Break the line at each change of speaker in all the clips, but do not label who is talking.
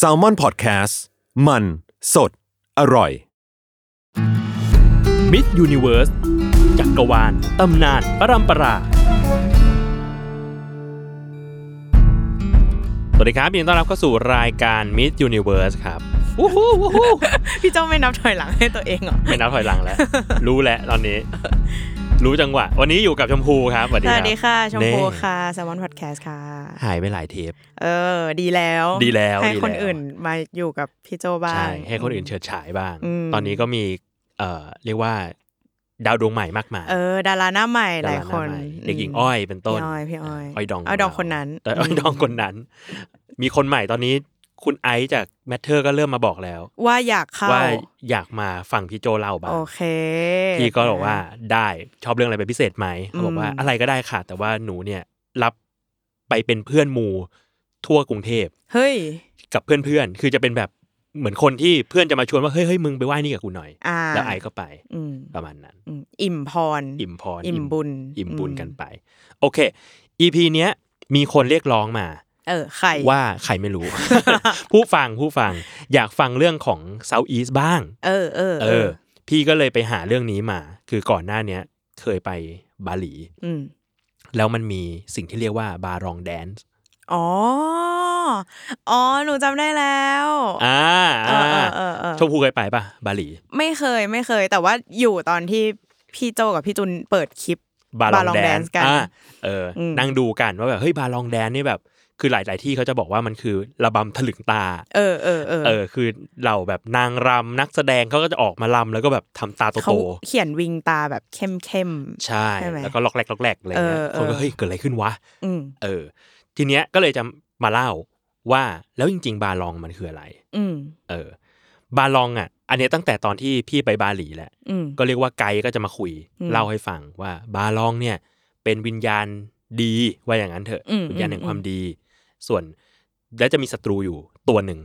s a l m o n PODCAST มันสดอร่อย
มิสยูนิเวิร์สจักรวาล ตำนาน ประรำปรา สวัสดีครับยินดีต้อนรับเข้าสู่รายการมิสยูนิเวิร์สครับวู้ฮู้วู้ฮู้
พี่เจ้าไม่นับถอยหลังให้ตัวเองเหรอ
ไม่นับถอยหลัง แล้ว รู้แล้วตอนนี้ รู้จังหวะ วันนี้อยู่กับชมพูครับสวัส
ส
ดีครับ
วัสดีค่ะ ชมพู
นี่
ค่ะแซมมอนพอดแคสต์ค่ะ
หายไปหลายเทป
เออ ดีแล้ว
ดีแล้ว
ให้
ดีแล้ว
คนอื่นมาอยู่กับพี่โจบ้าง
ใช่ ให้คนอื่นเฉิดฉายบ้าง
อืม
ตอนนี้ก็มีเอ่อเรียกว่า ดาวดวงใหม่มากมาย
เออ ดาราหน้าใหม่ห
ดา
ลาย
ราห
คน
ใหม่เด็กหญิง
ม
อ้อยเป็นต้น
พี่อ้อยพี่อ้อย
อ้อยดอง
อ้อยดอง
ข
คนนั้น
แต่อ้อย
อืม
ดองคนนั้น มีคนใหม่ตอนนี้คุณไอซ์จากแมทเทอร์ก็เริ่มมาบอกแล้ว
ว่าอยากเข้า
ว่าอยากมาฟังพี่โจเล่าบ้าง
โอเค
พี่ก็บอกว่าได้ชอบเรื่องอะไรเป็นพิเศษไหมเขาบอกว่า
อืม
อะไรก็ได้ค่ะ แต่ว่าหนูเนี่ยรับไปเป็นเพื่อนหมูทั่วกรุงเทพ
เฮ้ย
กับเพื่อนๆคือจะเป็นแบบเหมือนคนที่เพื่อนจะมาชวนว่าเฮ้ยเฮ้ยมึงไปไหว้นี่กับกูหน่อย
อ่า
แล้วไอซ์ก็ไป
อืม
ประมาณนั้น
อืมอิ่มพร
อิ่มพร
อิ่มบุญ
อิ่มบุญกัน
อื
ไป โอเค EP เนี้ยมีคนเรียกร้องมา
มเออ ไข่
ว่าใครไม่ รู้ ผู้ฟังผู้ฟังอยากฟังเรื่องของ South East บ้าง
เออเออ
เออ พี่ก็เลยไปหาเรื่องนี้มา คือก่อนหน้าเนี้ยเคยไปบาหลี
อืม
แล้วมันมีสิ่งที่เรียกว่าบารองแดนซ์
อ๋อ อ๋อ หนูจำได้แล้ว
อ่า
เอ
อ่า
อเออเออเออ
ชมพูเคยไปปะบาหลี
ไม่เคยไม่เคย แต่ว่าอยู่ตอนที่พี่โจกับพี่จุนเปิดคลิป
บาลอง
Barong
แดน
Dance กัน
อ่าเอออ
ม
นั่งดูกันว่าแบบเฮ้ยบาลองแดนนี่แบบ คือหลาย ๆ ที่เขาจะบอกว่ามันคือระบำถลึงตา
เออเออเออ
เออคือเหล่าแบบนางรำนักแสดงเขาก็จะออกมารำแล้วก็แบบทำตา
เขา
โต
เขียนวิงตาแบบเข้มเข้ม
ๆใช่
ใช่ไหม
แล้วก็ล็อกแรกล็อกแรกอะไรเงี้ย
เออเออ
คนก็เฮ้ยเกิดอะไรขึ้นวะ
อืม
เออ ทีเนี้ยก็เลยจะมาเล่าว่าแล้วจริง ๆ บาลองมันคืออะไร
อืม
เออ บาลองอ่ะ อันเนี้ยตั้งแต่ตอนที่พี่ไปบาหลีแหละ
อืม
ก็เรียกว่าไกด์ก็จะมาคุย
อืม
เล่าให้ฟังว่าบาลองเนี่ย เป็นวิญญาณดีว่าอย่างนั้นเถอะ
อืม
วิญญาณแห่ง
อืม
ความดี ส่วนแล้วจะมีศัตรูอยู่ตัวหนึ่ง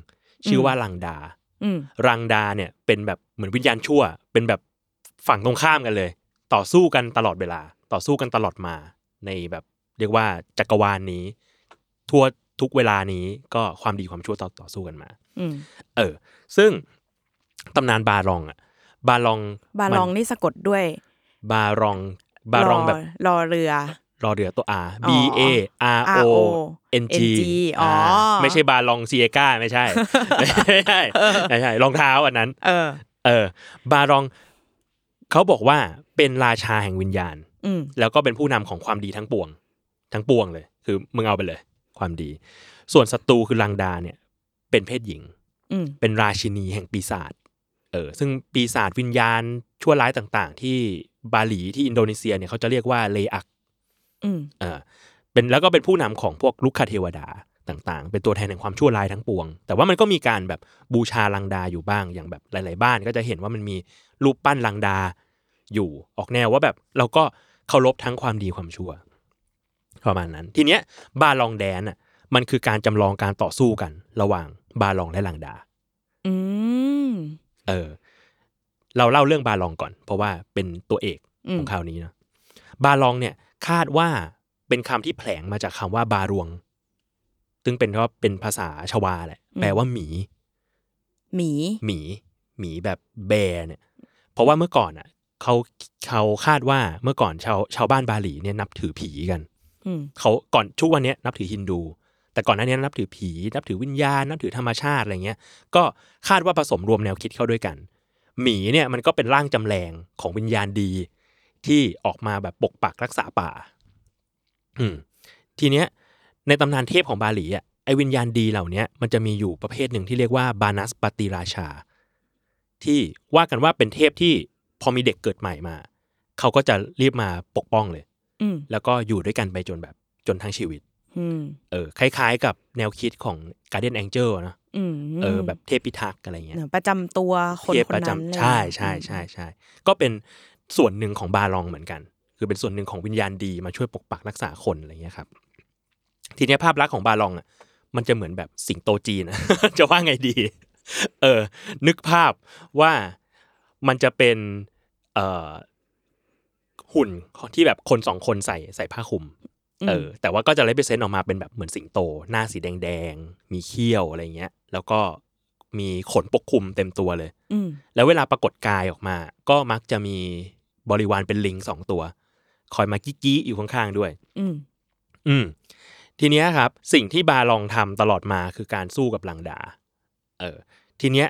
ชื่ออ
ม
ว่าลังดา
อืม
รังดาเนี่ยเป็นแบบเหมือนวิญญาณชั่ว เป็นแบบฝั่งตรงข้ามกันเลย ต่อสู้กันตลอดเวลา ต่อสู้กันตลอดมา ในแบบเรียกว่าจักรวาลนี้ ทั่วทุกเวลานี้ก็ความดีความชั่วต่อต่อสู้กันมา
อืม
เออ ซึ่งตำนานบารองอะบารอง
บาลอง
มัน
นี่สะกดด้วย
บารองบารองแบบ
รอเรือ
รอเรือตัว R B
อ๋อ
A R O
R O
N G
N G อ๋ออ่
าไม่ใช่บารองเซียก้าไม่ใช่ ไม่ใช่ไม่ใช่รองเท้าอันนั้น
เออ
เออบารองเขาบอกว่าเป็นราชาแห่งวิญญาณ
อืม
แล้วก็เป็นผู้นำของความดีทั้งปวง ทั้งปวงเลย คือมึงเอาไปเลย ความดี ส่วนศัตรูคือลังดาเนี่ย เป็นเพศหญิง
อืม
เป็นราชินีแห่งปีศาจเออซึ่งปีศาจวิญญาณชั่วร้ายต่างๆ ที่บาหลีที่อินโดนีเซียเนี่ยเขาจะเรียกว่าเลอัก
อืม
เออเป็นแล้วก็เป็นผู้นำของพวกลุกคเทวดาต่างๆ เป็นตัวแทนแห่งความชั่วร้ายทั้งปวง แต่ว่ามันก็มีการแบบบูชาลังดาอยู่บ้างอย่างแบบหลายๆบ้านก็จะเห็นว่ามันมีรูปปั้นลังดาอยู่ออกแนวว่าแบบเราก็เคารพทั้งความดีความชั่วประมาณนั้น ทีเนี้ยบาลองแดนอ่ะมันคือการจำลองการต่อสู้กันระหว่างบาลองและลังดา
อืม
เออเราเล่าเรื่องบาลองก่อน เพราะว่าเป็นตัวเอก
อืม
ของคราวนี้เนอะบาลองเนี่ยคาดว่าเป็นคำที่แผลงมาจากคำว่าบารวง ซึ่งเป็นว่าเป็นภาษาชวาแหละ แปลว่าหมี
หมี
หมี หมีแบบแบร์เนี่ย เพราะว่าเมื่อก่อนอ่ะเขาเขาคาดว่าเมื่อก่อนชาวชาวบ้านบาหลีเนี่ยนับถือผีกัน
อืม
เขาก่อนช่วงวันเนี้ยนับถือฮินดู แต่ก่อนหน้านี้นับถือผี นับถือวิญญาณ นับถือธรรมชาติอะไรเงี้ย ก็คาดว่าผสมรวมแนวคิดเข้าด้วยกัน หมีเนี่ยมันก็เป็นร่างจำแรงของวิญญาณดี ที่ออกมาแบบปกปักรักษาป่า อืม ทีเนี้ยในตำนานเทพของบาหลีอ่ะไอวิญญาณดีเหล่าเนี้ยมันจะมีอยู่ประเภทหนึ่งที่เรียกว่าบานัสปติราชา ที่ว่ากันว่าเป็นเทพที่พอมีเด็กเกิดใหม่มา เขาก็จะรีบมาปกป้องเลย
อืม
แล้วก็อยู่ด้วยกันไปจนแบบจนทั้งชีวิต
ห อืม
เออคล้ายๆ กับแนวคิดของ Guardian Angel อะนะ
อืม
เออแบบเทพพิทักษ์อะไรเงี้ย
เหนือประจำตัวคน
เทพ
คน
ประจำ
นั้นเลย
ใช่ใช่ใช่ใช่ก็เป็นส่วนหนึ่งของบาลองเหมือนกัน คือเป็นส่วนหนึ่งของวิญญาณดีมาช่วยปกปักรักษาคนอะไรเงี้ยครับ ทีเนี้ยภาพลักษณ์ของบาลองอ่ะมันจะเหมือนแบบสิงโตจีน อะ จะว่าไงดี เออ นึกภาพว่ามันจะเป็นเอ่อหุ่นที่แบบคนสองคนใส่ใส่ผ้าคลุม
ม
เออแต่ว่าก็จะเลเปเซนต์ออกมาเป็นแบบเหมือนสิงโต หน้าสีแดงๆ มีเขี้ยวอะไรเงี้ย แล้วก็มีขนปกคลุมเต็มตัวเลย
ม
แล้วเวลาปรากฏกายออกมา ก็มักจะมีบริวารเป็นลิงสองตัว คอยมากี้ๆอยู่ข้างๆด้วย
อืม
อืมทีเนี้ยครับสิ่งที่บาลองทำตลอดมาคือการสู้กับลังดา เออ ทีเนี้ย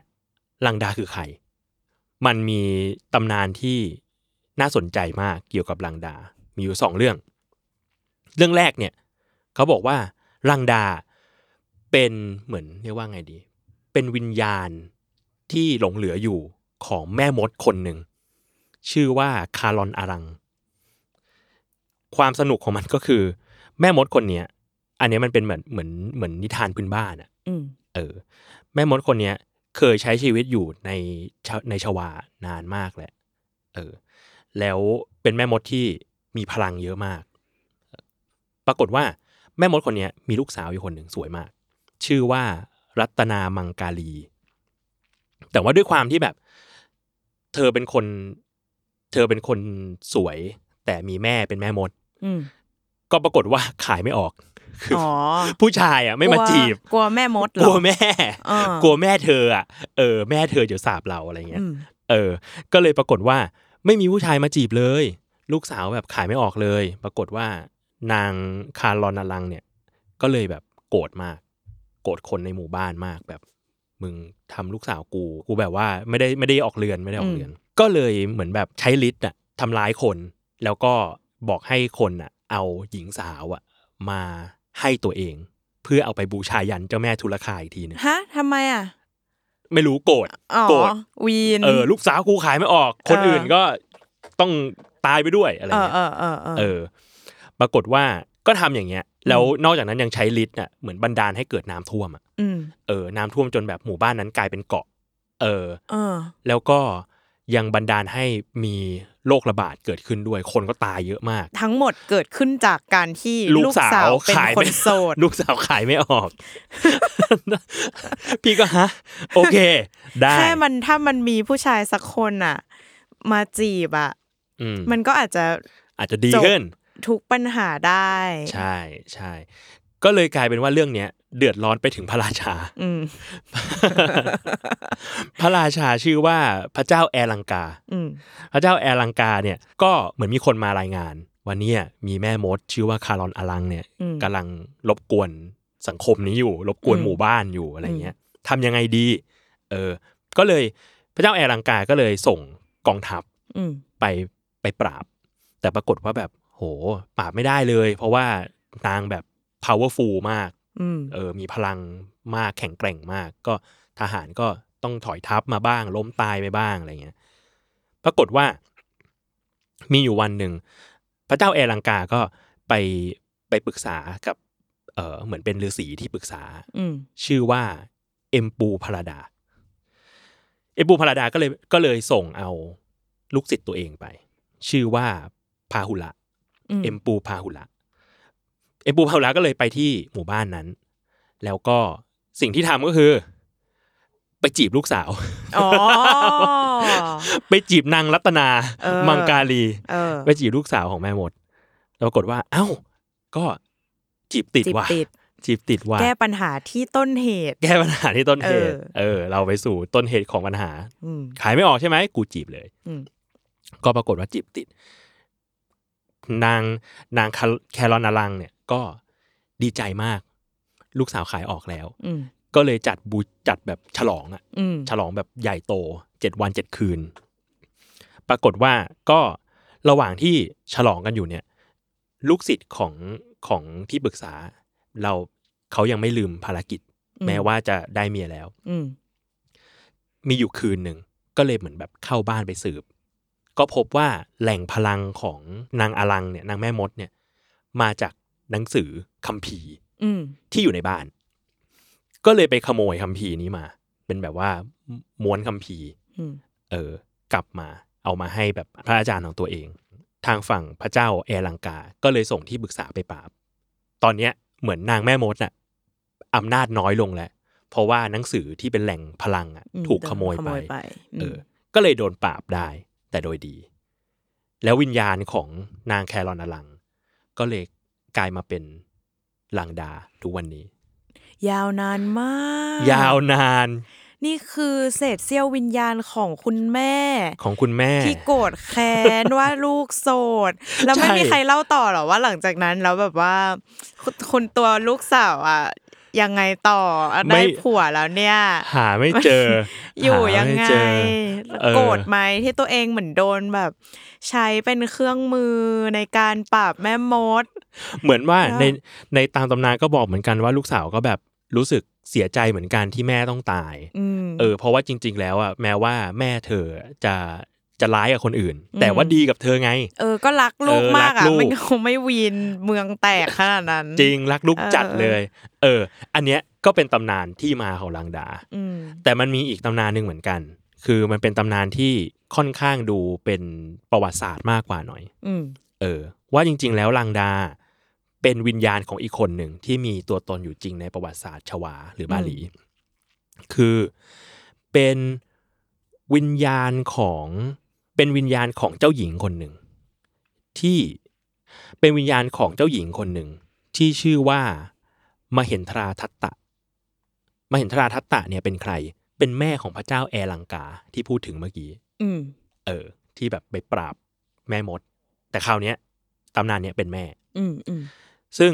ลังดาคือใคร มันมีตำนานที่น่าสนใจมากเกี่ยวกับลังดา มีอยู่สองเรื่อง เรื่องแรกเนี่ย เขาบอกว่าลังดาเป็นเหมือนเรียกว่าไงดี เป็นวิญญาณที่หลงเหลืออยู่ของแม่มดคนหนึ่ง ชื่อว่าคารอนอารัง ความสนุกของมันก็คือ แม่มดคนเนี้ย อันเนี้ยมันเป็นเหมือนเหมือนเหมือนนิทานพื้นบ้านอะ
อืม
เออ แม่มดคนเนี้ย เคยใช้ชีวิตอยู่ในชะในชวานานมากแหละ เออ แล้วเป็นแม่มดที่มีพลังเยอะมาก ปรากฏว่าแม่มดคนเนี้ยมีลูกสาวอยู่คนหนึ่งสวยมาก ชื่อว่ารัตนามังกาลี แต่ว่าด้วยความที่แบบ เธอเป็นคน เธอเป็นคนสวย แต่มีแม่เป็นแม่มด
อืม
ก็ปรากฏว่าขายไม่ออก คืออ
อ๋อ
ผู้ชายอ่ะไม่มาก
ลัว
จีบ
กลัวแม่มดเหร
ก
อ
ลัวแม่
อ่าก
ลัวแม่เธออ่ะ เออ แม่เธอจะสาบเราอะไรเงี้ย
อืม
เออ ก็เลยปรากฏว่าไม่มีผู้ชายมาจีบเลย ลูกสาวแบบขายไม่ออกเลย ปรากฏว่านางคารลอนอลังเนี่ย ก็เลยแบบโกรธมาก โกรธคนในหมู่บ้านมากแบบ มึงทำลูกสาวกู กูแบบว่าไม่ได้ไม่ได้ออกเรือนไม่ได้ออกเรือน ก็เลยเหมือนแบบใช้ฤทธิ์อะทำร้ายคน แล้วก็บอกให้คนอะเอาหญิงสาวอะมาให้ตัวเอง เพื่อเอาไปบูชายันเจ้าแม่ทุลคาอีกทีหนึง
ฮะทำไมอ่ะ
ไม่รู้โกรธ
อ๋อ
โกรธ
วีน
เออลูกสาวกูขายไม่ออก คน
เอออื่
อื่นก็ต้องตายไปด้วยอะไร
เออ
เงี้ย
เออเออเออ
เออ ปรากฏว่าก็ทำอย่างเงี้ย แล้วนอกจากนั้นยังใช้ฤทธิ์น่ะเหมือนบันดาลให้เกิดน้ำท่วมอะ
อืม
เออน้ำท่วมจนแบบหมู่บ้านนั้นกลายเป็นเกาะ เออ
เออ
แล้วก็ยังบันดาลให้มีโรคระบาดเกิดขึ้นด้วย คนก็ตายเยอะมาก
ทั้งหมดเกิดขึ้นจากการที่
ลูกสาว
เป็น
ขาย
ค
ไม่
นโสด
ลูกสาวขายไม่อ อก พี่ก็ฮะ โอเค ได้
แค่มันถ้ามันมีผู้ชายสักคนอ่ะ มาจีบอ่ะ
อืม
มันก็อาจจะ
อาจจะดีขึ้น
ทุกปัญหาได้
ใช่ใช่ ก็เลยกลายเป็นว่าเรื่องเนี้ยเดือดร้อนไปถึงพระราช า
อืม
พระราชาชื่อว่าพระเจ้าแอลังกา
อืม
พระเจ้าแอลังกาเนี่ยก็เหมือนมีคนมารายงานว่าเนี่ยมีแม่มด ชื่อว่าคารอนอลังเนี่ย
อืม
กำลังรบกวนสังคมนี้อยู่ รบกวน
อืม
หมู่บ้านอยู่อะไรเงี้ยทำยังไงดี เออ ก็เลยพระเจ้าแอลังกาก็เลยส่งกองทัพ
อืม
ไปไปปราบ แต่ปรากฏว่าแบบโหปราบไม่ได้เลย เพราะว่านางแบบ powerful มาก
อืม
เออมีพลังมากแข็งแกร่งมาก ก็ทหารก็ต้องถอยทัพมาบ้าง ล้มตายไปบ้างอะไรเงี้ยปรากฏว่า มีอยู่วันหนึ่ง พระเจ้าแอลังกาก็ไปไปปรึกษากับ เออเหมือนเป็นฤาษีที่ปรึกษา
อืม
ชื่อว่าเอ็มปูพราดา เอ็มปูพราดาก็เลยก็เลยส่งเอาลูกศิษย์ตัวเองไป ชื่อว่าพาหุละ
อืม
เอ็มปูพาหุละ เอ็มปูพาหุละก็เลยไปที่หมู่บ้านนั้น แล้วก็สิ่งที่ทำก็คือ ไปจีบลูกสาว
อ๋อ
ไปจีบนางรัตนา
เออ
มังกาลี
เออ
ไปจีบลูกสาวของแม่มดปรากฏว่า เอ้า ก็จีบติด
จีบ
ว่ะ
ติด
จีบติดว่ะ
แก้ปัญหาที่ต้นเหตุ
แก้ปัญหาที่ต้นเหตุ
เออ
เออ เราไปสู่ต้นเหตุของปัญหา
อืม
ขายไม่ออกใช่ไหม กูจีบเลย
อืม
ก็ปรากฏว่าจีบติด นางนางคาแครอนอลังเนี่ย ก็ดีใจมาก ลูกสาวขายออกแล้ว
อืม
ก็เลยจัดบูจัดแบบฉลองอะ
อืม
ฉลองแบบใหญ่โตเจ็ดวันเจ็ดคืน ปรากฏว่าก็ระหว่างที่ฉลองกันอยู่เนี่ย ลูกศิษย์ของของที่ปรึกษา เราเขายังไม่ลืมภารกิจ
อืม
แม้ว่าจะได้เมียแล้ว
อืม
มีอยู่คืนหนึ่งก็เลยเหมือนแบบเข้าบ้านไปสืบ ก็พบว่าแหล่งพลังของนางอลังเนี่ยนางแม่มดเนี่ย มาจากหนังสือ คัมภีร์
อืม
ที่อยู่ในบ้าน ก็เลยไปขโมยคัมภีร์นี้มา เป็นแบบว่าม้วนคัมภีร์
อืม
เออกลับมาเอามาให้แบบพระอาจารย์ของตัวเอง ทางฝั่งพระเจ้าแอร์ลังกา ก็เลยส่งที่ปรึกษาไปปราบ ตอนเนี้ยเหมือนนางแม่มดน่ะอำนาจน้อยลงแล้ว เพราะว่าหนังสือที่เป็นแหล่งพลังอะ
อื
ถูกขโมย
โดน
ไป
อืม
เออ ก็เลยโดนปราบได้แต่โดยดี แล้ววิญญาณของนางแครอนอลัง ก็เลยกลายมาเป็นลังดาทุกวันนี้
ยาวนานมาก
ยาวนาน
นี่คือเศษเสี้ยววิญญาณของคุณแม่
ของคุณแม่
ที่โกรธแค้น ว่าลูกโส ด แล้วไม่
ใช่
มีใครเล่าต่อหรอว่าหลังจากนั้นแล้วแบบว่าคุณคุณตัวลูกสาวอ่ะยังไงต่ออ่ะได้ผัวแล้วเนี่ย
หาไม่เจอ
อยู่
หา
ยัง
ม่
ไง
เจอเออ
โกรธไหมที่ตัวเองเหมือนโดนแบบ ใช้เป็นเครื่องมือในการปราบแม่มด
เหมือนว่า
แล้ว
ในในตามตำนานก็บอกเหมือนกันว่าลูกสาวก็แบบรู้สึกเสียใจเหมือนกันที่แม่ต้องตาย
อืม
เออเพราะว่าจริง ๆ แล้วอ่ะแม้ว่าแม่เธอจะจะร้ายกับคนอื่น
อืม
แต่ว่าดีกับเธอไง
เออก็รักลูก
เออ
มาก
รั
อ่ะ
กลูก
ไม่คงไม่วีนเมืองแตกขนาดนั้น
จริงรักลูก
เออ
จัดเลย เออ อันเนี้ยก็เป็นตำนานที่มาของลังดา
อืม
แต่มันมีอีกตำนานหนึ่งเหมือนกัน คือมันเป็นตำนานที่ค่อนข้างดูเป็นประวัติศาสตร์มากกว่าหน่อย
อืม
เออว่าจริง ๆ แล้วลังดาเป็นวิญญาณของอีกคนหนึ่งที่มีตัวตนอยู่จริงในประวัติศาสตร์ชวาหรือบาหลี คือเป็นวิญญาณของเป็นวิญญาณของเจ้าหญิงคนหนึ่ง ที่เป็นวิญญาณของเจ้าหญิงคนหนึ่ง ที่ชื่อว่ามเห็นทราทัตตะมเห็นทราทัตตะเนี่ยเป็นใคร เป็นแม่ของพระเจ้าแอร์ลังกาที่พูดถึงเมื่อกี้
อืม
เออ ที่แบบไปปราบแม่มด แต่คราวเนี้ยตำนานเนี้ยเป็นแม่
อืมอืม
ซึ่ง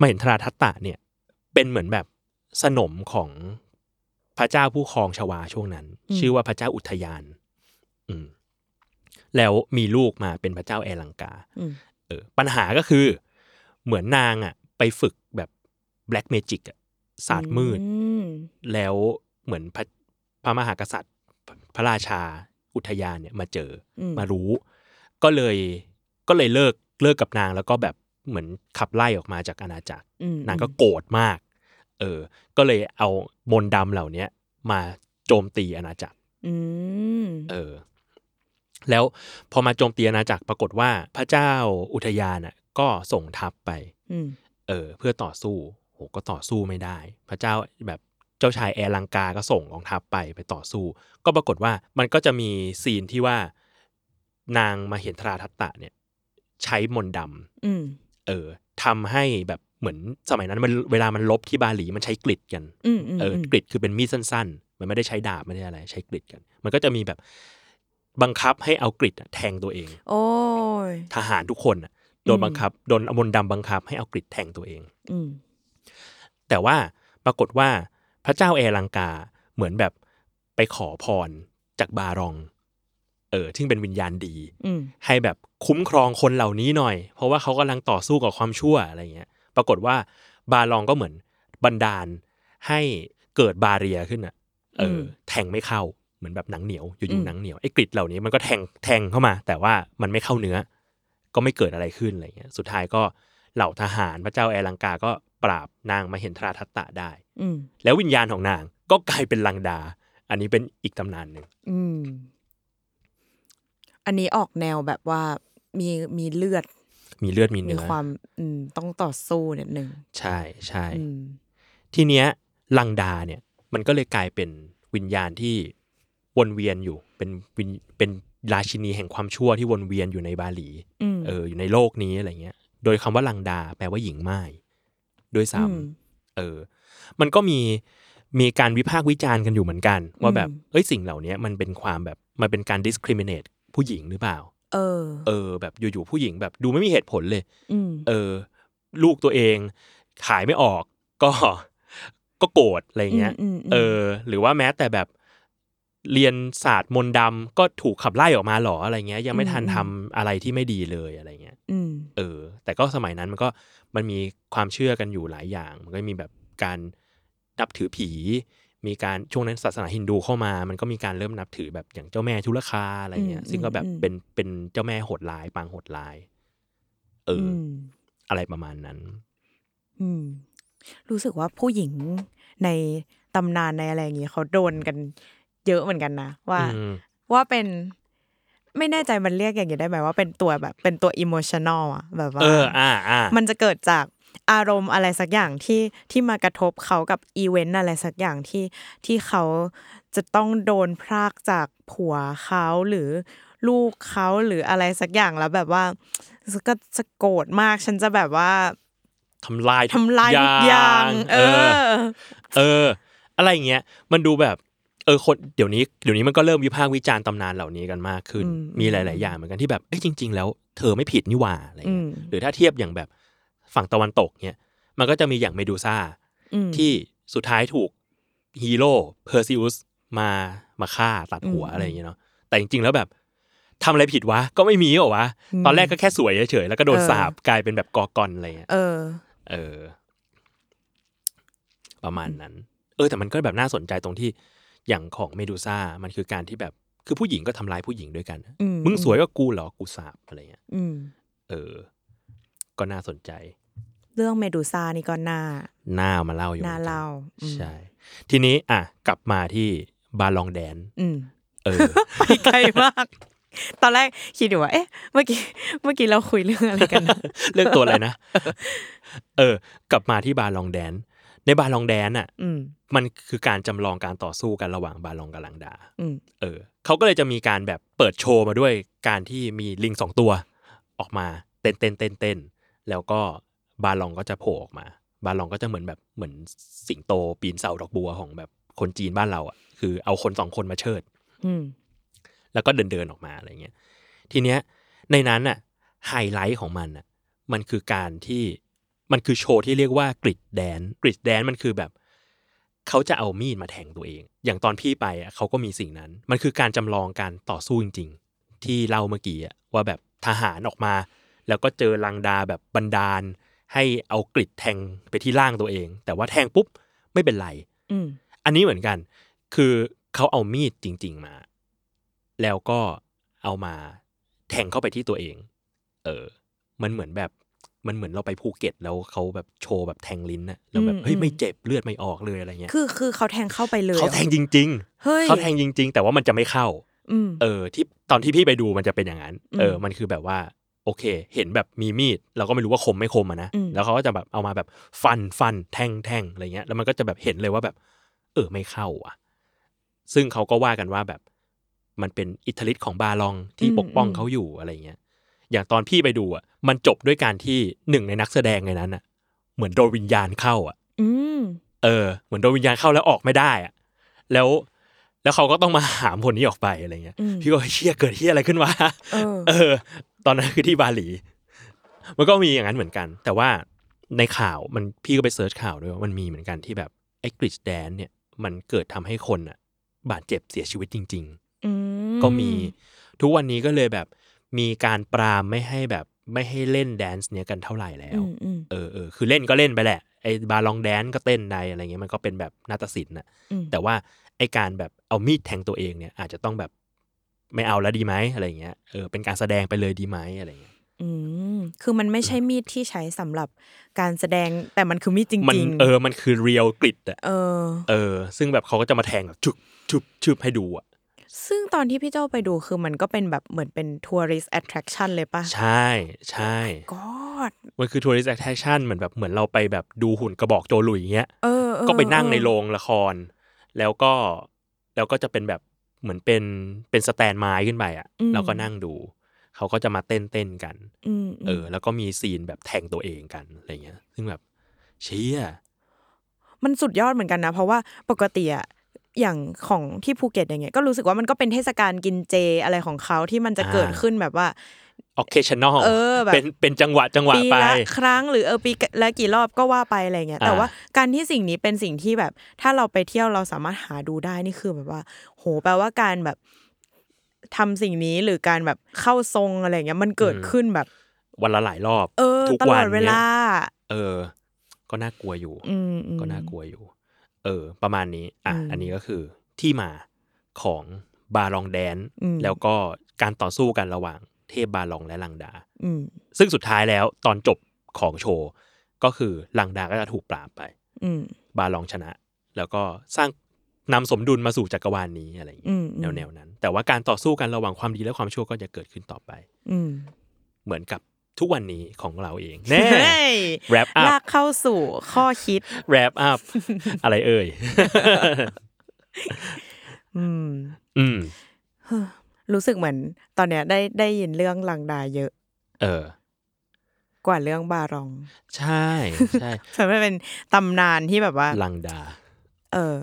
มหินทราทัตตะเนี่ย เป็นเหมือนแบบสนมของพระเจ้าผู้ครองชวาช่วงนั้น ชื่อว่าพระเจ้าอุทยาน อืม แล้วมีลูกมาเป็นพระเจ้าแอร์ลังกา
อืม
เออปัญหาก็คือเหมือนนางอ่ะ ไปฝึกแบบแบล็กเมจิกอ่ะศาสตร์มืด
อืม
แล้วเหมือนพระพระมหากษัตริย์พระพระราชาอุทยานเนี่ยมาเจออ
ม
มารู้ ก็เลยก็เลยเลิกเลิกกับนางแล้วก็แบบเหมือนขับไล่ออกมาจากอาณาจักร
อืม
นางก็โกรธมาก เออ ก็เลยเอามนต์ดำเหล่าเนี้ยมาโจมตีอาณาจักร
อืม
เออ แล้วพอมาโจมตีอาณาจักรปรากฏว่าพระเจ้าอุทยานอ่ะ ก็ส่งทัพไป
อืม
เออเพื่อต่อสู้โหก็ต่อสู้ไม่ได้ พระเจ้าแบบเจ้าชายแอร์ลังกาก็ส่งกองทัพไปไปต่อสู้ ก็ปรากฏว่ามันก็จะมีซีนที่ว่านางมาเห็นทราทัตตะเนี่ย ใช้มนต์ด
อืม
ำเออทำให้แบบเหมือนสมัยนั้นมันเวลามันลบที่บาหลีมันใช้กริดกัน
อืมอืม
เอออกริดคือเป็นมีดสั้น ๆ มันไม่ได้ใช้ดาบไม่ได้อะไร ใช้กริดกัน มันก็จะมีแบบบังคับให้เอากริดอะแทงตัวเอง
โอ้ย
ทหารทุกคนอะโดน
อืม
บังคับโดนมนต์ดำบังคับให้เอากริดแทงตัวเอง
อืม
แต่ว่าปรากฏว่าพระเจ้าแอร์ลังกาเหมือนแบบไปขอพรจากบารอง เออซึ่งเป็นวิญญาณดี
อืม
ให้แบบคุ้มครองคนเหล่านี้หน่อย เพราะว่าเขากำลังต่อสู้กับความชั่วอะไรเงี้ย ปรากฏว่าบารองก็เหมือนบันดาลให้เกิดบาเรียขึ้นอ่ะ เอออ
ม
แทงไม่เข้าเหมือนแบบหนังเหนียวอ
อื
ยู่
ม
ๆหนังเหนียวไอ้กริดเหล่านี้มันก็แทงแทงเข้ามา แต่ว่ามันไม่เข้าเนื้อ ก็ไม่เกิดอะไรขึ้นอะไรเงี้ย สุดท้ายก็เหล่าทหารพระเจ้าแอร์ลังกาก็ปราบนางมาเห็นทราทัตตะได้
อืม
แล้ววิญญาณของนางก็กลายเป็นลังดา อันนี้เป็นอีกตำนานหนึ่ง
อืม อันนี้ออกแนวแบบว่ามีมีเลือด
มีเลือดมี
มี
เนื้อ
ความ อืม ต้องต่อสู้นิดนึง
ใช่ใช่
อืม
ทีเนี้ยลังดาเนี่ยมันก็เลยกลายเป็นวิญญาณที่วนเวียนอยู่เป็นวิญเป็นราชินีแห่งความชั่วที่วนเวียนอยู่ในบาหลี
อืม
เอออยู่ในโลกนี้อะไรเงี้ย โดยคำว่าลังดาแปลว่าหญิงไม้ด้วยซ้
อืม
ำเออ มันก็มีมีการวิพากษ์วิจารณ์กันอยู่เหมือนกัน ว่าแบบ
อืม
เอ้ยสิ่งเหล่าเนี้ยมันเป็นความแบบมันเป็นการ discriminate ผู้หญิงหรือเปล่า
เออ
เออ แบบอยู่ๆผู้หญิงแบบดูไม่มีเหตุผลเลย
อืม
เออลูกตัวเองขายไม่ออกก็ ก็โกรธอะไรเงี้ย
อืมอืมอืม
เออ หรือว่าแม้แต่แบบเรียนศาสตร์มนต์ดำก็ถูกขับไล่ออกมาหรออะไรเงี้ย ยังไม่ทันทำอะไรที่ไม่ดีเลยอะไรเงี้ย
อืม
เออ แต่ก็สมัยนั้นมันก็มันมีความเชื่อกันอยู่หลายอย่าง มันก็มีแบบการนับถือผี มีการช่วงนั้นศาสนาฮินดูเข้ามา มันก็มีการเริ่มนับถือแบบอย่างเจ้าแม่ทุลคาอะไรเงี้ย
อืม
ซึ่งก็แบบ
อืม
เป็นเป็นเจ้าแม่โหดร้ายปางโหดร้ายเอออ
อืม
อะไรประมาณนั้น
อืม รู้สึกว่าผู้หญิงในตำนานในอะไรอย่างงี้เขาโดนกันเยอะเหมือนกันนะว่า
อืม
ว่าเป็นไม่แน่ใจมันเรียกอย่างนี้ได้ไหมว่าเป็นตัวแบบเป็นตัวอิโมชันอลอะแบบว่า
เอออ่าอ่า
มันจะเกิดจากอารมณ์อะไรสักอย่างที่ที่มากระทบเขากับอีเวนต์อะไรสักอย่างที่ที่เขาจะต้องโดนพรากจากผัวเขาหรือลูกเขาหรืออะไรสักอย่างแล้วแบบว่าก็จะโกรธมากฉันจะแบบว่า
ทำลาย
ทำลายทุกอย่าง เอ
เออ
อ
เออ อะไรอย่างเงี้ยมันดูแบบเออคนเดี๋ยวนี้เดี๋ยวนี้มันก็เริ่มวิพากษ์วิจารณ์ตำนานเหล่านี้กันมากขึ้น
อืม
มีหลาย ๆ อย่างเหมือนกันที่แบบเอ้ยจริง ๆ แล้วเธอไม่ผิดนี่หว่าอะไรเงี้ย
อืม
หรือถ้าเทียบอย่างแบบฝั่งตะวันตกเนี่ยมันก็จะมีอย่างเมดูซ่า
อืม
ที่สุดท้ายถูกฮีโร่เพอร์ซิอุสมามาฆ่าตัดหัว
อืม
อะไรอย่างเงี้ยเนาะแต่จริง ๆ แล้วแบบทำอะไรผิดวะ ก็ไม่มีเหรอวะ
อืม
ตอนแรกก็แค่สวยเฉยๆแล้วก็โดน
เออ
สาบกลายเป็นแบบกอกอนอะไรเงี้ย
เออ
เออ ประมาณนั้น เออ แต่มันก็แบบน่าสนใจตรงที่อย่างของเมดูซ่ามันคือการที่แบบคือผู้หญิงก็ทำร้ายผู้หญิงด้วยกัน
อืม
มึงสวยกว่ากูเหรอกูสาบอะไรเงี้ย
อืม
เออ ก็น่าสนใจ
เรื่องเมดูซ่านี่ก็น่า
น่ามาเล่าอยู่
น่า
หมือกั
เล่าอืม
ใช่ ทีนี้อ่ะกลับมาที่บาลองแดน
อืม
เอ อ
ไปไกลม าก ตอนแรกคิดอยู่ว่า เอ๊ะ เมื่อกี้ เมื่อกี้เราคุยเรื่องอะไรกัน นะ
เรื่องตัวอะไรนะ เออ กลับมาที่บาลองแดน ในบาลองแดนอ่ะ
อืม
มันคือการจำลองการต่อสู้กันระหว่างบาลองกับลังดา
อืม
เออเขาก็เลยจะมีการแบบเปิดโชว์มาด้วยการที่มีลิงสองตัวออกมาเต้นเต้นเต้นเต้นแล้วก็บาลองก็จะโผล่ออกมา บาลองก็จะเหมือนแบบเหมือนสิงโตปีนเสาดอกบัวของแบบคนจีนบ้านเราอ่ะคือเอาคนสองคนมาเชิด
อืม
แล้วก็เดินเดินๆออกมาอะไรเงี้ย ทีเนี้ยในนั้นน่ะไฮไลท์ของมันน่ะมันคือการที่มันคือโชว์ที่เรียกว่ากริดแดนกริดแดนมันคือแบบเขาจะเอามีดมาแทงตัวเอง อย่างตอนพี่ไปอ่ะเขาก็มีสิ่งนั้น มันคือการจำลองการต่อสู้จริง ๆ ที่เล่าเมื่อกี้อ่ะว่าแบบทหารออกมา แล้วก็เจอลังดาแบบบันดาล ให้เอากริดแทงไปที่ร่างตัวเอง แต่ว่าแทงปุ๊บไม่เป็นไร
อืม
อันนี้เหมือนกัน คือเขาเอามีดจริง ๆมา แล้วก็เอามาแทงเข้าไปที่ตัวเอง เออ มันเหมือนแบบ มันเหมือนเราไปภูเก็ต แล้วเขาแบบโชว์แบบแทงลิ้นนะแล้วแบบ
อืม
เฮ้ย
อืม
ไม่เจ็บเลือดไม่ออกเลยอะไรเงี้ย
คือ คือเขาแทงเข้าไปเลย
เขาแทงจริง
เฮ้
ๆ
ย
เขาแทงจริง ๆ แต่ว่ามันจะไม่เข้า
อืม
เออ ที่ตอนที่พี่ไปดูมันจะเป็นอย่างนั้น
อืม
เออ มันคือแบบว่า โอเค เห็นแบบมีมีด เราก็ไม่รู้ว่าคมไม่คมอะนะ
อืม
แล้วเขาก็จะแบบเอามาแบบฟันฟันแทงแทงอะไรเงี้ย แล้วมันก็จะแบบเห็นเลยว่าแบบ เออไม่เข้าอ่ะ ซึ่งเขาก็ว่ากันว่าแบบ มันเป็นอิทธิฤทธิ์ของบาลองที่ปกป้องเขาอยู่อะไรเงี้ย อย่างตอนพี่ไปดูอ่ะ มันจบด้วยการที่หนึ่งในนักแสดงในนั้นอ่ะ เหมือนโดนวิญญาณเข้าอ่ะ
อืม
เออเหมือนโดนวิญญาณเข้าแล้วออกไม่ได้อะแล้ว แล้วเขาก็ต้องมาหามคนนี้ออกไปอะไรเงี้ย
อืม
พี่ก็เชี่ยเกิดที่อะไรขึ้นวะ
เออ
เออ ตอนนั้นคือที่บาหลี มันก็มีอย่างนั้นเหมือนกัน แต่ว่าในข่าวมันพี่ก็ไปเซิร์ชข่าวด้วยว่ามันมีเหมือนกันที่แบบไอ้กริชแดนเนี่ย มันเกิดทำให้คนอ่ะ บาดเจ็บเสียชีวิตจริง
อืม
ๆ ก็มีทุกวันนี้ก็เลยแบบ มีการปรามไม่ให้แบบไม่ให้เล่นแดนซ์เนี้ยกันเท่าไหร่แล้
อื
ว
มอืม
เออเออคือเล่นก็เล่นไปแหละไอ้บาลองแดนก็เต้นในอะไรเงี้ยมันก็เป็นแบบนาฏศิลป์น่ะ
อืม
แต่ว่าไอ้การแบบเอามีดแทงตัวเองเนี่ย อาจจะต้องแบบไม่เอาแล้วดีไหมอะไรเงี้ยเออเป็นการแสดงไปเลยดีไหมอะไรเงี้ย
อืม คือมันไม่ใช่มีดที่ใช้สำหรับการแสดง แต่มันคือมีดจ
มัน
ริง
เออมันคือเรียลกริดอะ
เออ
เออ ซึ่งแบบเขาก็จะมาแทงแบบชุบชุบชุบให้ดูอ่ะ
ซึ่งตอนที่พี่เจ้าไปดูคือมันก็เป็นแบบเหมือนเป็นทัวริสแอทแท c ชั่นเลยปะ
ใช่ใช่
กอด
มันคือทัวริสแอคชั่นเหมือนแบบเหมือนเราไปแบบดูหุ่นกระบอกโจหลุยเงี้ย
เออเออ
ก็ไปนั่งใน
เออ
โรงละคร แล้วก็แล้วก็จะเป็นแบบเหมือนเป็นเป็นสแตนไม้ขึ้นไปอ่ะ
อืม
แล้วก็นั่งดู เขาก็จะมาเต้นเต้นๆกัน
อืมม
เออ แล้วก็มีซีนแบบแทงตัวเองกันอะไรเงี้ย ซึ่งแบบเชี่ย
มันสุดยอดเหมือนกันนะ เพราะว่าปกติอะอย่างของที่ภูเก็ตอย่างเงี้ยก็รู้สึกว่ามันก็เป็นเทศกาลกินเจอะไรของเขาที่มันจะเกิดขึ้นแบบว่า
ออเคชั่นอล
เออแบบ
เป็นเป็นจังหวะจังหวะ
ปี
ไป
ละครั้งหรือเออปีละกี่รอบก็ว่าไปอะไรเงี้ย
อ่า
แต่ว่าการที่สิ่งนี้เป็นสิ่งที่แบบ ถ้าเราไปเที่ยวเราสามารถหาดูได้นี่คือแบบว่า โหแปลว่าการแบบทำสิ่งนี้หรือการแบบเข้าทรงอะไรเงี้ยมันเกิดขึ้นแบบ
วันละหลายรอบ
เออ
ทุก
ตล
วั
อน ดเว
นี่
ลาย
เออ ก็น่ากลัวอยู่
อืมอืม
ก็น่ากลัวอยู่ เออ ประมาณนี้ อ่ะ
อืม
อันนี้ก็คือที่มาของบาลองแดน
อืม
แล้วก็การต่อสู้กันระหว่างเทพบาลองและลังดา
อืม
ซึ่งสุดท้ายแล้วตอนจบของโชว์ ก็คือลังดาก็จะถูกปราบไป
อืม
บาลองชนะ แล้วก็สร้างนำสมดุลมาสู่จักรวาลนี้อะไรอย่างเงี้
อื
ย
มอืม
แนวๆนั้น แต่ว่าการต่อสู้กันระหว่างความดีและความชั่วก็จะเกิดขึ้นต่อไป
อืม
เหมือนกับทุกวันนี้ของเราเองแน่
เฮ้ย
wrap
ลา
up
กเข้าสู่ข้อคิด
wrap up อะไรเอ่ย
อืม
อืม
รู้สึกเหมือน ตอนเนี้ยได้ได้ยินเรื่องลังดาเยอะ
เออ
กว่าเรื่องบารอง
ใช่ใช่
ฉันว่าเป็นตำนานที่แบบว่า
ลังดา
เออ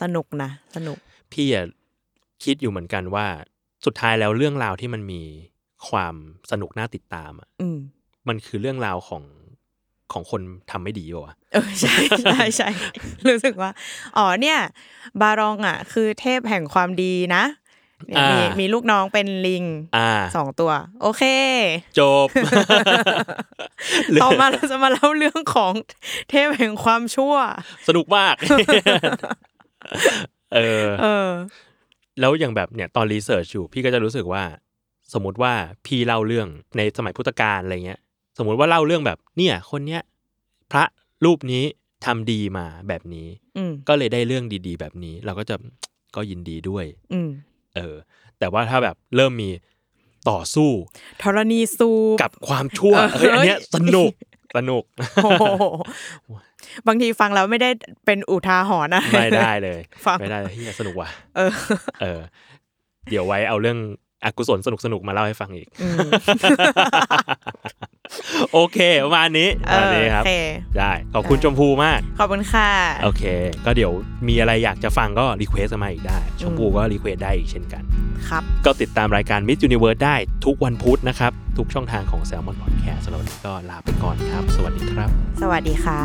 สนุกนะ สนุก
พี่อะคิดอยู่เหมือนกันว่า สุดท้ายแล้วเรื่องราวที่มันมีความสนุกน่าติดตามอะ
อืม
มันคือเรื่องราวของของคนทำไม่ดีป่ะวะ
เออ ใช่ใช่ใช่ รู้สึกว่า อ๋อเนี่ย บารองอ่ะ คือเทพแห่งความดีนะเนี่ยมีมีลูกน้องเป็นลิง
อ่า
สองตัว โอเค
จบ หรือ
ต่อมาเราจะมาเล่าเรื่องของเทพแห่งความชั่ว
สนุกมาก เออ
เออ
แล้วอย่างแบบเนี่ยตอนรีเสิร์ชอยู่ พี่ก็จะรู้สึกว่า สมมติว่าพี่เล่าเรื่องในสมัยพุทธกาลอะไรเงี้ย สมมุติว่าเล่าเรื่องแบบ เนี่ย คนเนี้ยพระรูปนี้ทำดีมาแบบนี้
อืม
ก็เลยได้เรื่องดีๆ แบบนี้ เราก็จะ ก็ยินดีด้วย
อืม
เออ แต่ว่าถ้าแบบเริ่มมีต่อสู้
ธรณีสูบ
กับความชั่ว
เออ
เฮ้ยอันเนี้ยสนุกสนุก
โอ้โหบางทีฟังแล้วไม่ได้เป็นอุทาหรณ์นะ
ไม่ได้เลย
ฟัง
ไม่ได้เลยเฮียสนุกว่ะ
เออ
เออ เดี๋ยวไว้เอาเรื่องอกุศลสนุกสนุกๆมาเล่าให้ฟังอีก
อืม
โอเคประมาณนี้ป
เอ
ระมาณ
อ
นี้ครับ
โอเค
ได้ ขอบคุณชมพูมาก
ขอบคุณค่ะ
โอเค ก็เดี๋ยวมีอะไรอยากจะฟังก็รีเควสมาอีกได้ ชมพูก็รีเควสได้อีกเช่นกัน
ครับ
ก็ติดตามรายการ Miss Universe ได้ทุกวันพุธนะครับ ทุกช่องทางของ Salmon Podcast สำหรับวันนี้ก็ลาไปก่อนครับ สวัสดีครับ
สวัสดีค่ะ